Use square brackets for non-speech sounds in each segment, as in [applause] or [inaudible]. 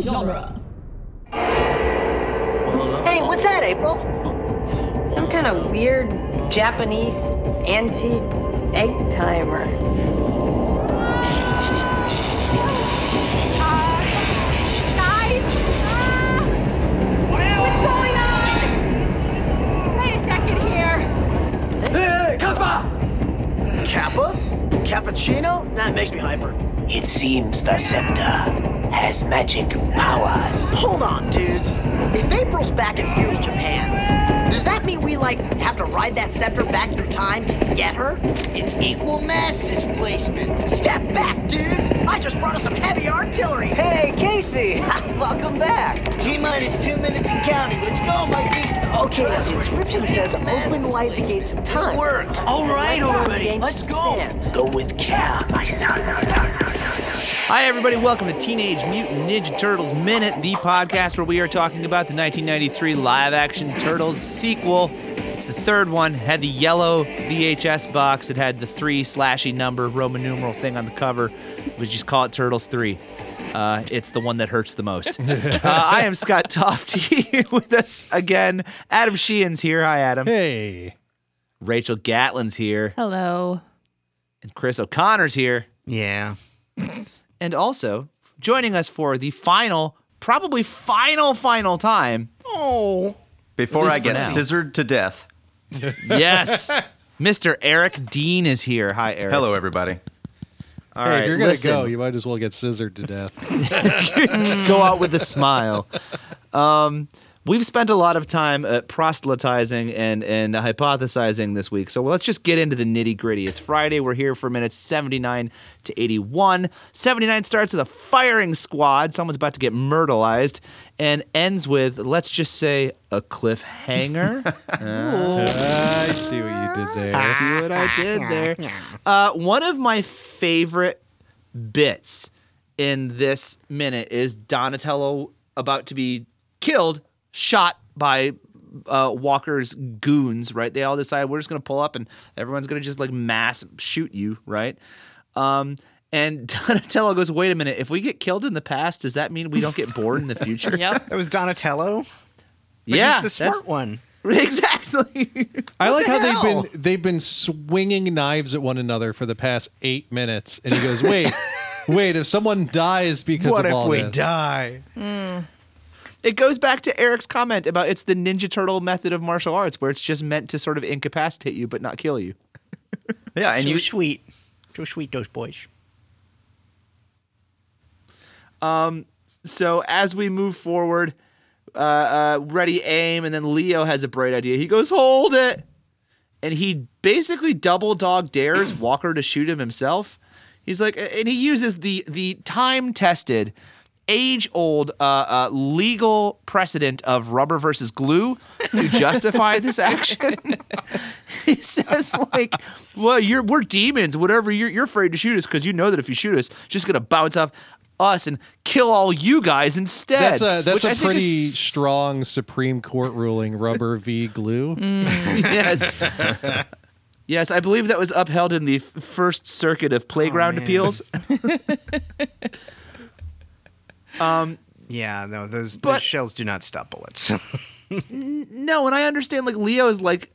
genre. Hey, what's that, April? Some kind of weird Japanese antique egg timer. Guys! Ah! What's going on? Wait a second here. Hey, Kappa! Kappa? Cappuccino? That makes me hyper. It seems the scepter has magic powers. Hold on, dudes. If April's back in feudal Japan, does that mean we, like, have to ride that scepter back through time to get her? It's equal mass displacement. Step back, dudes! I just brought us some heavy artillery. Hey, [laughs] Casey! Welcome back! T minus two minutes and counting. Let's go, Mikey. Okay, the inscription says open wide the gates of time. Work. All right, already. Ancient Let's go. sands. Go with care, my son. Hi, everybody. Welcome to Teenage Mutant Ninja Turtles Minute, the podcast where we are talking about the 1993 live action Turtles sequel. It's the third one. It had the yellow VHS box. It had the three slashy number Roman numeral thing on the cover. We just call it Turtles 3. Uh, it's the one that hurts the most. uh, I am Scott [laughs] Tofty with us again. Adam Sheehan's here. Hi, Adam. Hey. Rachel Gatlin's here. Hello. And Chris O'Connor's here. Yeah. and also joining us for the final, probably final, final time. At Before least I for get now. scissored to death. Yes, Mr. Eric Dean is here. Hi, Eric. Hello, everybody. All Hey, right, if you're gonna listen, go, you might as well get scissored to death. [laughs] go out with a smile. Um, we've spent a lot of time uh, proselytizing and and hypothesizing this week, so let's just get into the nitty gritty. It's Friday. We're here for minutes seventy nine to eighty one. Seventy nine starts with a firing squad. Someone's about to get myrtleized, and ends with let's just say a cliffhanger. Uh, I see what you did there. See what I did there. Uh, one of my favorite bits in this minute is Donatello about to be killed, shot by uh, Walker's goons. Right? They all decide we're just gonna pull up and everyone's gonna just like mass shoot you. Right? Um, and [laughs] Donatello goes, "Wait a minute! If we get killed in the past, does that mean we don't get bored in [laughs] the future?" Yep. That was Donatello? But yeah, He's [laughs] the that's- smart one. Exactly. I like the how hell? they've been they've been swinging knives at one another for the past eight minutes, and he goes, "Wait, wait! If someone dies because What of if all we this, die? It goes back to Eric's comment about it's the Ninja Turtle method of martial arts, where it's just meant to sort of incapacitate you but not kill you. Yeah, and Too you sweet. Too sweet, those boys. So as we move forward, uh, uh, ready, aim, and then Leo has a bright idea. He goes, "Hold it!" And he basically double dog dares [clears throat] Walker to shoot him himself. He's like, and he uses the the time tested, age old uh, uh, legal precedent of rubber versus glue to justify this action. [laughs] he says like, "Well, you're we're demons. Whatever you're, you're afraid to shoot us because you know that if you shoot us, it's just gonna bounce off us and kill all you guys instead." that's a that's which I a think is- pretty strong Supreme Court ruling. Rubber v. glue. yes. Yes, I believe that was upheld in the f- First Circuit of Playground Oh, man. Appeals. Yeah, no, those, But- those shells do not stop bullets. [laughs] No, and I understand like Leo is like,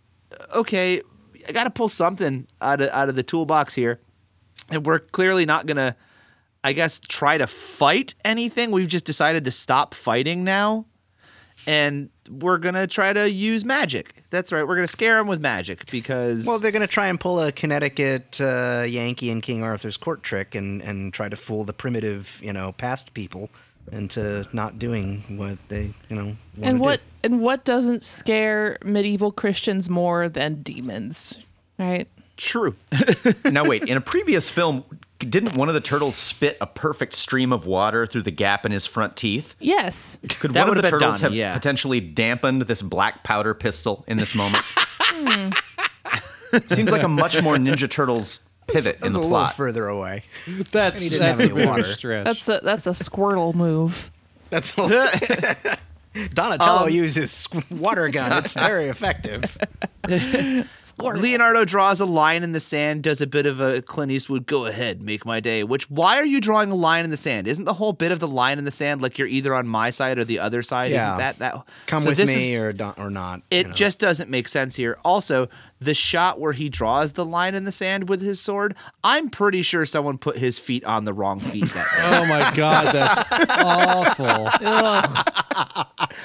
okay, I got to pull something out of out of the toolbox here, and we're clearly not gonna, I guess, try to fight anything. We've just decided to stop fighting now, and we're gonna try to use magic. That's right, we're gonna scare him with magic because well, they're going to try and pull a Connecticut uh, Yankee and King Arthur's court trick and, and try to fool the primitive, you know, past people into not doing what they, you know, wanna And what do. and what doesn't scare medieval Christians more than demons, right? true. [laughs] now wait. In a previous film, didn't one of the turtles spit a perfect stream of water through the gap in his front teeth? Yes. Could That would've one of the been turtles Donnie, have yeah. potentially dampened this black powder pistol in this moment? [laughs] Seems like a much more Ninja Turtles pivot in That's the a little plot. further away. That's didn't that's have a any bit of a water. stretch. That's a that's a squirtle move. [laughs] That's a little... [laughs] Um, [laughs] Donatello uses water gun. It's very effective. Glory. Leonardo draws a line in the sand, does a bit of a Clint Eastwood, go ahead, make my day. Which, why are you drawing a line in the sand? Isn't the whole bit of the line in the sand like you're either on my side or the other side? Isn't Yeah. that that? Come so with this me Is, or don't, or not. you it know. just doesn't make sense here. Also, the shot where he draws the line in the sand with his sword, I'm pretty sure someone put his feet on the wrong feet that [laughs] day. Oh my god, that's awful. Ugh.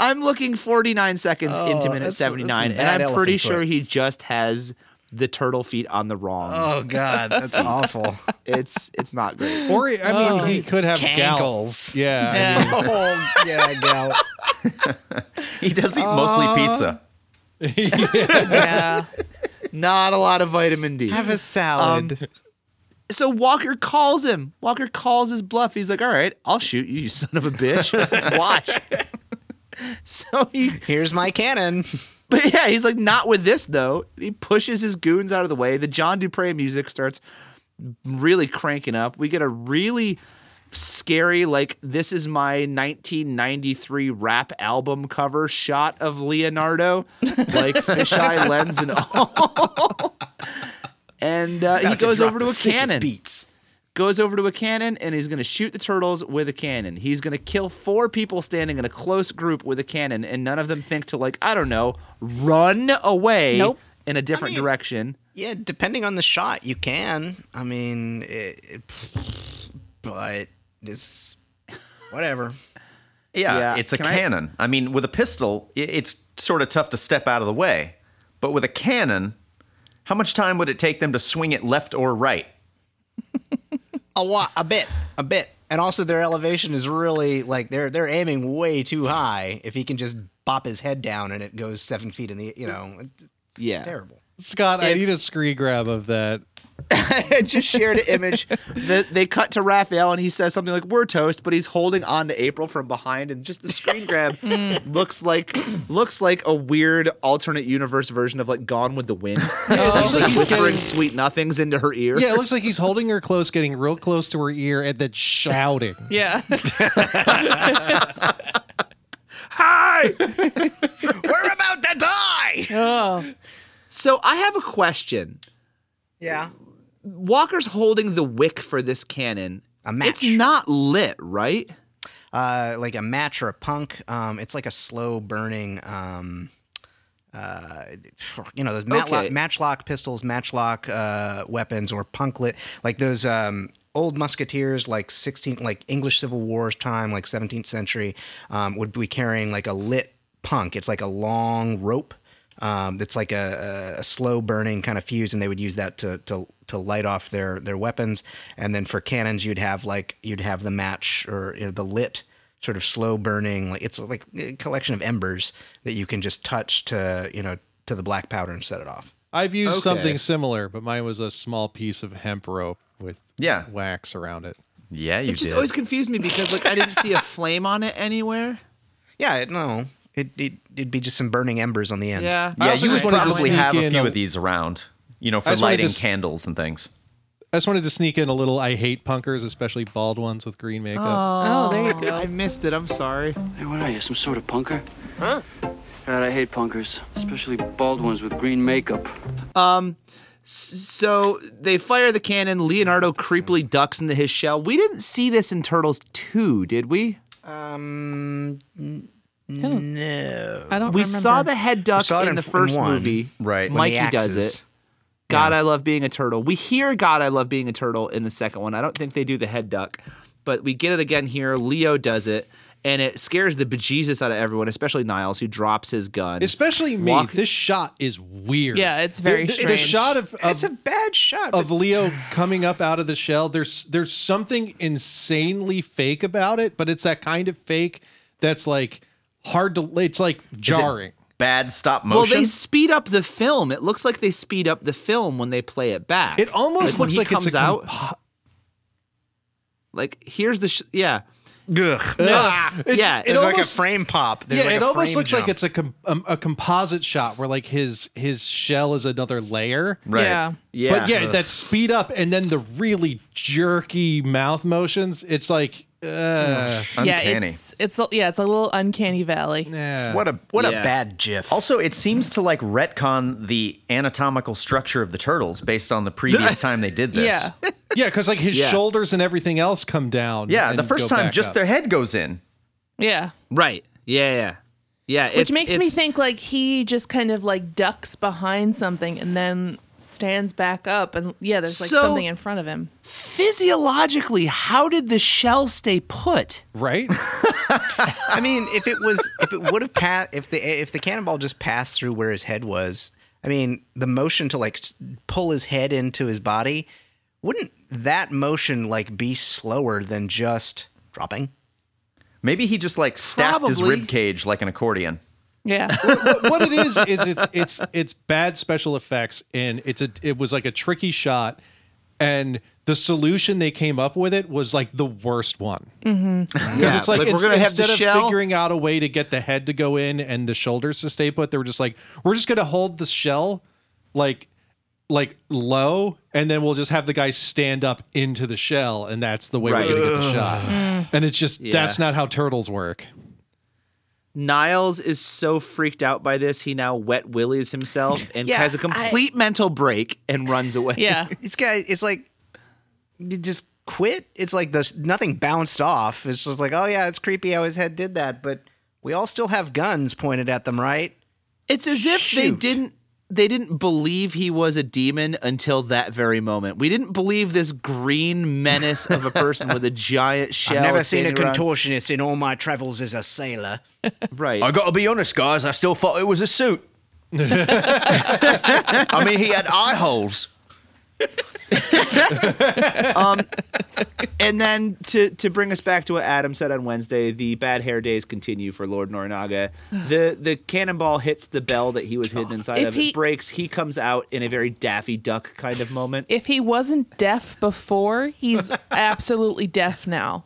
I'm looking 49 seconds into minute Oh, that's- that's 79, some and bad I'm elephant pretty foot. sure he just has the turtle feet on the wrong. [laughs] Oh [laughs] God, that's awful. It's it's not great. Or I mean, he could have gout. Cankles. Oh. Yeah. Yeah. oh yeah, gal. He does eat mostly pizza. yeah. Not a lot of vitamin D. Have a salad. Um, so Walker calls him. Walker calls his bluff. He's like, "All right, I'll shoot you, you son of a bitch. [laughs] Watch." so he, Here's [laughs] my cannon. but yeah, he's like, "Not with this though." He pushes his goons out of the way. The John Dupre music starts really cranking up. We get a really scary, like, this is my 1993 rap album cover shot of Leonardo, like fisheye lens and all. [laughs] and uh, he goes over to a cannon. Beats. goes over to a cannon and he's going to shoot the turtles with a cannon. He's going to kill four people standing in a close group with a cannon, and none of them think to, like, I don't know, run away Nope. in a different mean- direction. Yeah, depending on the shot, you can. I mean, it, it- but this, whatever. Yeah, Yeah. it's a Can I- cannon. I... mean, with a pistol, i it's sort of tough to step out of the way. But with a cannon, how much time would it take them to swing it left or right? A lot, a bit, a bit, and also their elevation is really like they're they're aiming way too high. If he can just bop his head down and it goes seven feet in the, you know, it's Yeah. [laughs] terrible. Scott, I need a It's- screen grab of that. I just shared an [laughs] image that they cut to Raphael and he says something like "We're toast," but he's holding on to April from behind, and just the [laughs] screen grab looks like looks like a weird alternate universe version of like Gone with the Wind. Oh, he's like whispering sweet nothings into her ear. [laughs] Yeah, it looks like he's holding her close, getting real close to her ear, and then shouting. [laughs] Yeah. [laughs] Hi. We're about to die! Oh. So I have a question. Yeah, Walker's holding the wick for this cannon. A match. It's not lit, right? uh, like a match or a punk. Um, it's like a slow burning. Um, uh, you know those matlock, Okay. matchlock pistols, matchlock uh, weapons, or punklet, like those um, old musketeers, like 16, like English Civil War's time, like 17th century, um, would be carrying like a lit punk. It's like a long rope. Um, that's like a, a, a slow burning kind of fuse, and they would use that to, to to light off their their weapons. And then for cannons, you'd have like you'd have the match or you know, the lit sort of slow burning like it's like a collection of embers that you can just touch to you know to the black powder and set it off I've used Okay. something similar, but mine was a small piece of hemp rope with Yeah. wax around it. Yeah, you It just did. always confused me because like I didn't see a flame on it anywhere. yeah it, no it, it it'd be just some burning embers on the end Yeah. yeah, also you just would wanted to probably sneak have a in few a- of these around, you know, for just wanted to lighting s- candles and things. I just wanted to sneak in a little. I hate punkers, especially bald ones with green makeup. Oh, there you I go. missed it. I'm sorry. Hey, what are you, some sort of punker? Huh? God, I hate punkers, especially bald ones with green makeup. So they fire the cannon. Leonardo creepily ducks into his shell. We didn't see this in Turtles 2, did we? Um, I don't We remember. saw the head duck saw it in, in- the first in one. movie. Right. When the Mikey does axes- it. God, I love being a turtle. We hear God, I love being a turtle in the second one. I don't think they do the head duck, but we get it again here. Leo does it, and it scares the bejesus out of everyone, especially Niles, who drops his gun. Especially me. Walk- This shot is weird. Yeah, it's very the, the- The strange. shot of, it's of, a bad shot of Leo coming up out of the shell, there's there's something insanely fake about it, but it's that kind of fake that's like hard to. It's like jarring. Bad stop well, motion. they speed up the film. It looks like they speed up the film when they play it back. It almost when looks he like comes it's a out. comp- Like here's the sh- yeah Ugh. yeah it's it like a almost- frame pop There's yeah, like it a almost frame looks like jump. it's a com- um, a composite shot where like his his shell is another layer. right. Yeah. yeah But yeah, that speed up and then the really jerky mouth motions. It's like Uh, yeah, it's it's a- yeah, it's a little uncanny valley. Yeah. What a what Yeah. a bad GIF. Also, it seems to like retcon the anatomical structure of the turtles based on the [laughs] previous time they did this. yeah, because like his Yeah. shoulders and everything else come down. Yeah, and the first go time back just up. their head goes in. Yeah. Right. Yeah. Yeah. Yeah. Which makes me think like he just kind of like ducks behind something and then stands back up and yeah, there's like So- something in front of him. physiologically, how did the shell stay put? Right. I mean, if it was, if it would have passed, if the if the cannonball just passed through where his head was, I mean, the motion to like s- pull his head into his body, wouldn't that motion like be slower than just dropping? Maybe he just like stacked his Probably. rib cage like an accordion. Yeah. what, what it is is it's it's it's bad special effects and it's a it was like a tricky shot and the solution they came up with it was like the worst one. Mm-hmm. Because Yeah, it's like, like, we're it's- gonna have the instead of shell- figuring out a way to get the head to go in and the shoulders to stay put, they were just like, we're just gonna hold the shell like like low, and then we'll just have the guy stand up into the shell, and that's the way Right. we're gonna get the Ugh. shot. Mm. And it's just Yeah. that's not how turtles work. Niles is so freaked out by this, he now wet willies [laughs] himself and Yeah, has a complete mental break and runs away. [laughs] it's guy. It's like you just quit. It's like this. Nothing bounced off. It's just like, oh yeah, it's creepy how his head did that, but we all still have guns pointed at them, right? It's as if they didn't they didn't believe he was a demon until that very moment. We didn't believe this green menace of a person with a giant shell. [laughs] I've never seen a standing around. contortionist in all my travels as a sailor. Right. I gotta be honest, guys. I still thought it was a suit. [laughs] I mean, he had eye holes. um, and then to to bring us back to what Adam said on Wednesday, the bad hair days continue for Lord Norinaga. The the cannonball hits the bell that he was hidden inside If of. he- it breaks. He comes out in a very Daffy Duck kind of moment. If he wasn't deaf before, [laughs] he's absolutely deaf now.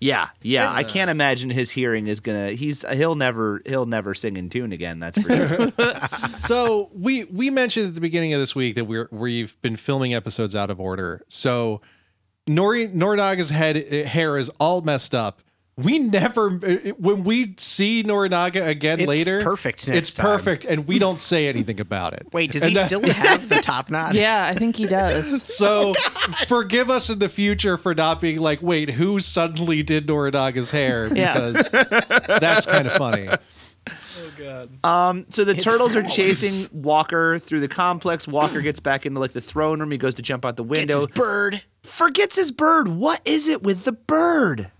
Yeah, yeah. I can't imagine his hearing is gonna. He's he'll never he'll never sing in tune again. That's for sure. [laughs] [laughs] so we we mentioned at the beginning of this week that we're we've been filming episodes out of order. So Nori Norinaga's head eh, hair is all messed up. We never eh, eh, when we see Norinaga again It's later. perfect next it's time. perfect, and we don't say anything about it. [laughs] Wait, does And he that- still have the top knot? Yeah, I think he does. So oh forgive us in the future for not being like, wait, who suddenly did Norinaga's hair? Yeah. Because that's kind of funny. Um, so the It's turtles are Wallace. chasing Walker through the complex. Walker gets back into like the throne room. He goes to jump out the window. his bird. Forgets his bird. What is it with the bird?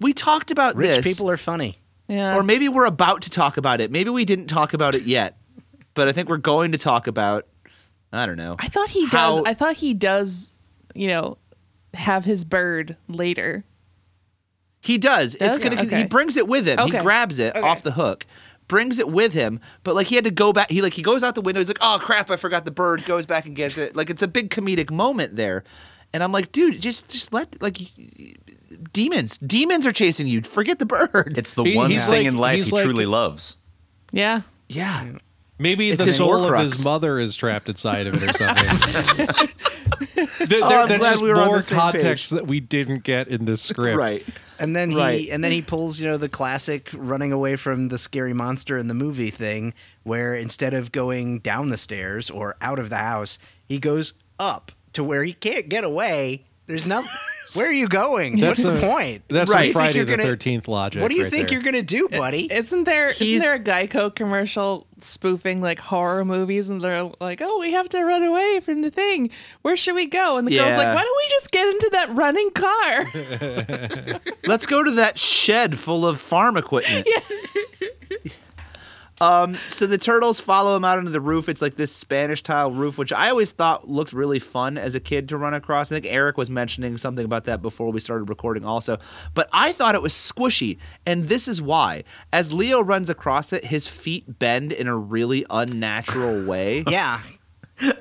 We talked about Rich this. people are funny. Yeah. Or maybe we're about to talk about it. Maybe we didn't talk about it yet, but I think we're going to talk about. I don't know. I thought he does. How- I thought he does, you know, have his bird later. He does. Does? It's gonna. Okay. He brings it with him. Okay. He grabs it Okay. off the hook, brings it with him. But like he had to go back. He like he goes out the window. He's like, oh crap, I forgot the bird. Goes back and gets it. Like it's a big comedic moment there. And I'm like, dude, just just let like demons. Demons are chasing you. Forget the bird. It's the one thing in life he truly loves. Yeah. Yeah. Maybe It's the his soul of Horcrux. his mother is trapped inside of [laughs] it or something. [laughs] Th- Oh, there- I'm that's glad just we were on more the same context that we didn't get in this script. And then he Right. and then he pulls, you know, the classic running away from the scary monster in the movie thing, where instead of going down the stairs or out of the house, he goes up to where he can't get away. There's no Where are you going? That's What's the a- point? That's What do some you think Friday you're the gonna- 13th logic. What do you right think there. you're gonna do, buddy? Isn't there He's- not there a Geico commercial spoofing like horror movies and they're like, "Oh, we have to run away from the thing. Where should we go?" And the girl's Yeah. like, "Why don't we just get into that running car?" Let's go to that shed full of farm equipment. um, so the turtles follow him out onto the roof. It's like this Spanish tile roof, which I always thought looked really fun as a kid to run across. I think Eric was mentioning something about that before we started recording, also. But I thought it was squishy, and this is why. As Leo runs across it, his feet bend in a really unnatural way. yeah.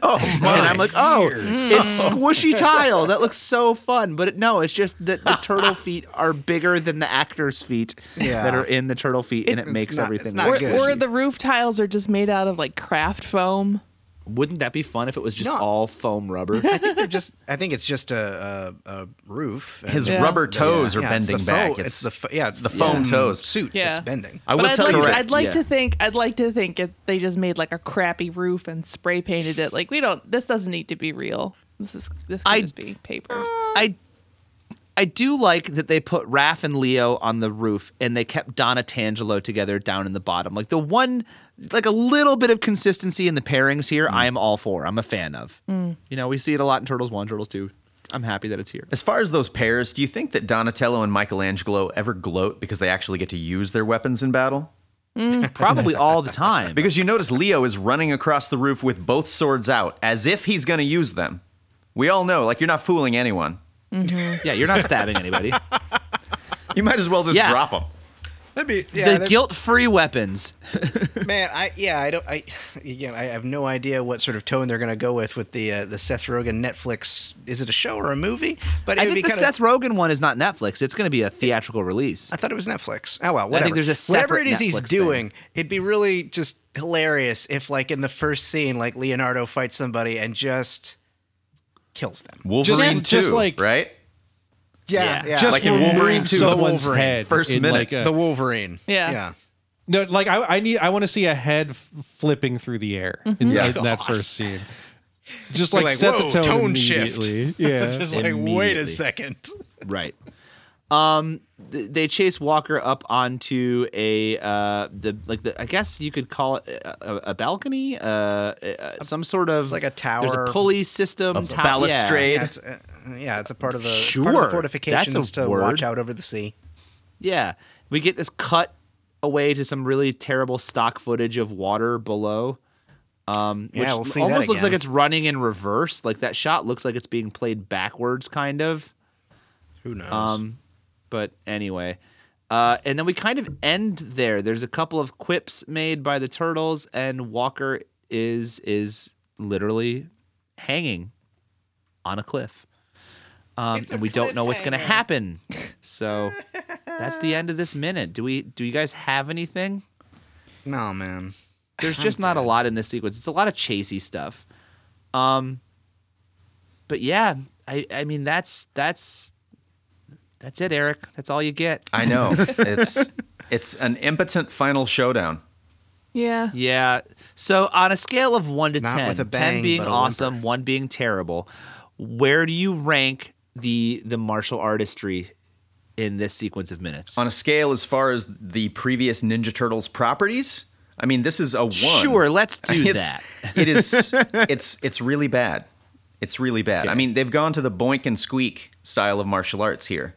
Oh my. And I'm like, oh, Weird. Hmm. it's squishy tile. That looks so fun. But it, no, it's just that the turtle feet are bigger than the actor's feet Yeah. that are in the turtle feet, and it makes everything or, look squishy. or the roof tiles are just made out of like craft foam. Wouldn't that be fun if it was just No. all foam [laughs] rubber? I think they're just. I think it's just a a, a roof. and- His rubber toes are Yeah, it's the bending fo- back. Mm. It's, the fo- yeah, it's the foam toes. suit Yeah. that's bending. I but will I'd tell like you. To, Correct. I'd like Yeah. to think. I'd like to think if they just made like a crappy roof and spray painted it. Like we don't. This doesn't need to be real. This is this could I- just be paper. I I do like that they put Raph and Leo on the roof and they kept Donna Tangelo together down in the bottom. Like the one like a little bit of consistency in the pairings here, I am all for. I'm a fan of. Mm. You know, we see it a lot in Turtles 1, Turtles 2. I'm happy that it's here. As far as those pairs, do you think that Donatello and Michelangelo ever gloat because they actually get to use their weapons in battle? Mm. Probably all the time. [laughs] Because you notice Leo is running across the roof with both swords out as if he's going to use them. We all know, like, you're not fooling anyone. Mhm. Yeah, you're not stabbing [laughs] anybody. You might as well just Yeah. drop them. That'd be the guilt-free weapons. Man, I yeah, I don't. I again, I have no idea what sort of tone they're going to go with with the uh, the Seth Rogen Netflix. Is it a show or a movie? But it I would think be the kinda- Seth Rogen one is not Netflix. It's going to be a theatrical release. I thought it was Netflix. Oh well, I whatever. think there's a whatever separate it is he's Netflix thing. doing, it'd be really just hilarious if, like, in the first scene, like Leonardo fights somebody and just kills them. Wolverine Just- 2, just like- right? Yeah, yeah. Just like in Wolverine remove 2, the someone's Wolverine, head first in, minute. like, a- the Wolverine. Yeah. No, like I, I need, I want to see a head f- flipping through the air in, Mhm. Yeah. in that first scene. Just Mm-hmm. You're like, set "Whoa, the tone, shift. [laughs] immediately. Yeah, just like wait a second. Right. Um, th- they chase Walker up onto a uh the like the I guess you could call it uh, a, a- a balcony, uh, uh, some sort of like a tower. There's a pulley system, tow- yeah. Yeah, it's, uh, yeah, it's a part of the, Sure. part of the That's a fortifications to word. watch out over the sea. Yeah. We get this cut away to some really terrible stock footage of water below. Um, Yeah, which we'll see that almost looks like again. it's running in reverse. Like that shot looks like it's being played backwards, kind of. Who knows? Um, but anyway. Uh, and then we kind of end there. There's a couple of quips made by the turtles, and Walker is is literally hanging on a cliff. Um, and we don't know what's going to happen. So that's the end of this minute. Do we? Do you guys have anything? Oh, No, man. There's just not a lot in this sequence. It's a lot of chasey stuff. Um, but yeah, I I mean that's that's that's it, Eric. That's all you get. I [laughs] know. It's it's an impotent final showdown. Yeah. Yeah. So on a scale of one to Not ten, with a ten bang, being but a awesome, one being terrible, where do you rank the the martial artistry in this sequence of minutes? On a scale as far as the previous Ninja Turtles properties, I mean, this is a one. Sure, let's do [laughs] It's- that. [laughs] it is. It's it's really bad. It's really bad. I mean, they've gone to the boink and squeak style of martial arts here.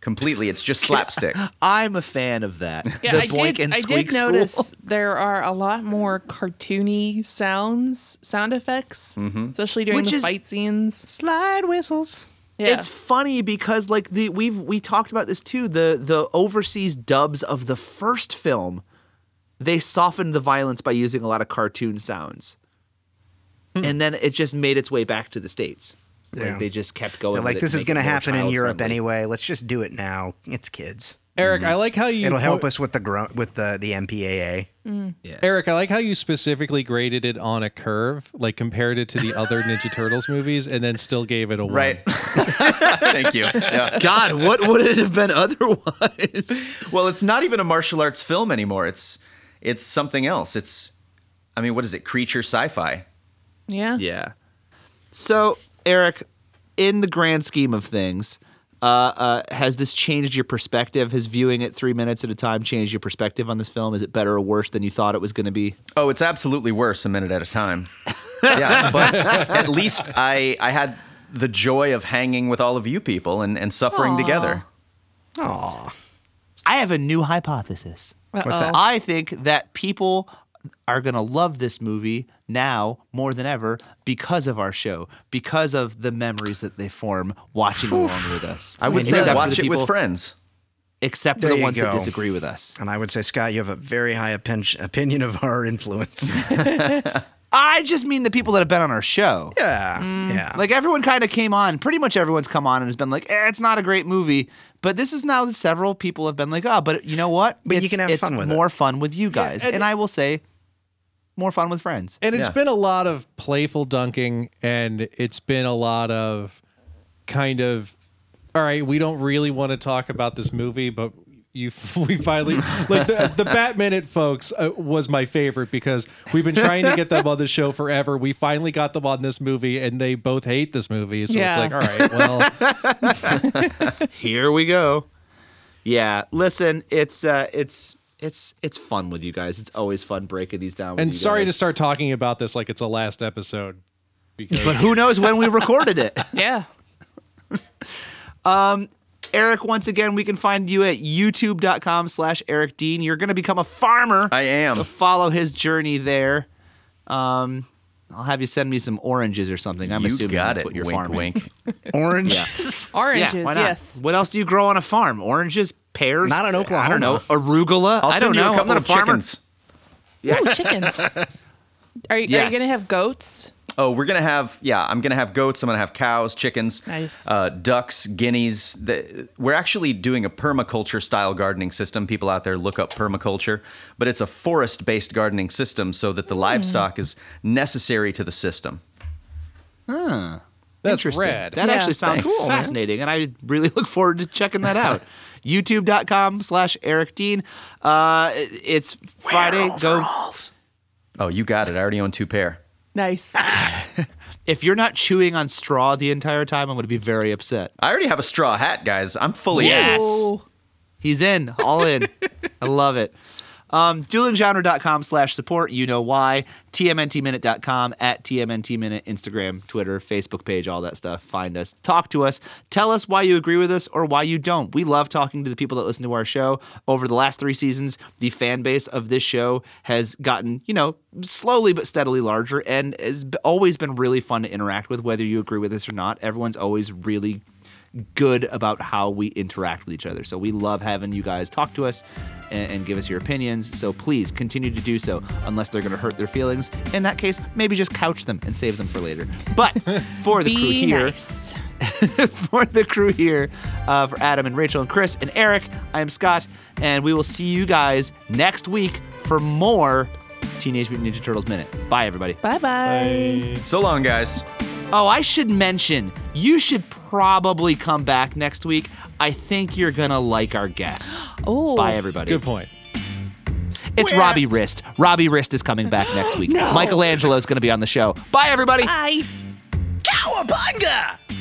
Completely, it's [laughs] just slapstick. I'm a fan of [laughs] that. Yeah, the I boink did. and I squeak did school. notice there are a lot more cartoony sounds, sound effects, Mm-hmm. Mhm. especially during Which the is- fight scenes. Slide whistles. Yeah. It's funny because like the we've we talked about this too. The the overseas dubs of the first film, they softened the violence by using a lot of cartoon sounds. And then it just made its way back to the states. Hmm. Yeah. Like they just kept going. They're with like it this to is make it going to more happen in Europe child-friendly. anyway. Let's just do it now. It's kids. Eric, I like how you It'll help point- us with the gro- with the the MPAA. Eric, I like how you specifically graded it on a curve, like compared it to the other Ninja Turtles movies, and then still gave it a one. Right. Thank you. God, what would it have been otherwise? well, it's not even a martial arts film anymore. It's it's something else. It's I mean, what is it? Creature sci-fi. Yeah. Yeah. So, Eric, in the grand scheme of things, uh, uh, has this changed your perspective? Has viewing it three minutes at a time changed your perspective on this film? Is it better or worse than you thought it was going to be? Oh, it's absolutely worse a minute at [laughs] a time. yeah, but at least I I had the joy of hanging with all of you people and, and suffering Aw. together. Aw. I have a new hypothesis. What's Uh-oh. that? I think that people are going to love this movie now more than ever because of our show, because of the memories that they form watching along with us. I would say Except for watch the it with people- friends. Except for There the you ones that go. disagree with us. And I would say, Scott, you have a very high opin- opinion of our influence. [laughs] I just mean the people that have been on our show. Yeah. Yeah. Mm. Like everyone kind of came on, pretty much everyone's come on and has been like, eh, it's not a great movie. But this is now that several people have been like, oh, "Ah, but you know what? But you It's- can have it's fun with it. more fun with you guys. and- and I will say, more fun with friends. And it's it's been a lot of playful dunking, and it's been a lot of kind of, all right, we don't really want to talk about this movie, but you [laughs] we finally like the, the Bat Minute folks uh, was my favorite because we've been trying to get them on the show forever. We finally got them on this movie, and they both hate this movie, so it's Yeah. like, all right, well, Here we go. Yeah, listen, it's uh, it's it's it's fun with you guys. It's always fun breaking these down. and with you sorry guys. to start talking about this like it's a last episode. Because but who knows when we recorded it? [laughs] Yeah. Um, Eric, once again, we can find you at youtube.com slash Eric Dean. You're going to become a farmer. I am. So follow his journey there. Um, I'll have you send me some oranges or something. I'm You assuming got that's it, what you're wink, farming. wink. [laughs] Oranges. Oranges, Yeah, why not? yes. What else do you grow on a farm? Oranges, pears? Not in I Oklahoma. don't know. Arugula? I'll I don't send you a know. I'm couple not a of farmer. chickens. Yeah. Ooh, chickens. Are you, are Yes. you gonna have goats? Oh, we're gonna have yeah. I'm gonna have goats. I'm gonna have cows, chickens, Nice. uh, ducks, guineas. The, we're actually doing a permaculture style gardening system. People out there look up permaculture, but it's a forest based gardening system so that the livestock is necessary to the system. Huh. That's Interesting. rad. That Yeah. actually sounds Thanks. Cool, man. fascinating, and I really [laughs] look forward to checking that out. [laughs] YouTube.com slash Eric Dean. Uh, it's Friday. Go. Oh, you got it. I already own two pair. Nice. If you're not chewing on straw the entire time, I'm going to be very upset. I already have a straw hat, guys. I'm fully yes. in. He's in, all in. I love it. Um, duelinggenre.com slash support. You know why. TMNTminute.com at TMNTminute, Instagram, Twitter, Facebook page, all that stuff. Find us. Talk to us. Tell us why you agree with us or why you don't. We love talking to the people that listen to our show. Over the last three seasons, the fan base of this show has gotten, you know, slowly but steadily larger and has b- always been really fun to interact with, whether you agree with us or not. Everyone's always really good about how we interact with each other. So we love having you guys talk to us and, and give us your opinions. So please continue to do so, unless they're going to hurt their feelings. In that case, maybe just couch them and save them for later. [laughs] But for the Be crew here, nice. [laughs] for the crew here, uh, for Adam and Rachel and Chris and Eric, I am Scott, and we will see you guys next week for more Teenage Mutant Ninja Turtles Minute. Bye, everybody. Bye bye. So long, guys. Oh, I should mention, you should probably come back next week. I think you're going to like our guest. Oh. Bye, everybody. Good point. It's Robbie Wrist. Robbie Wrist is coming back next week. No. Michelangelo's going to be on the show. Bye, everybody. Bye. Cowabunga!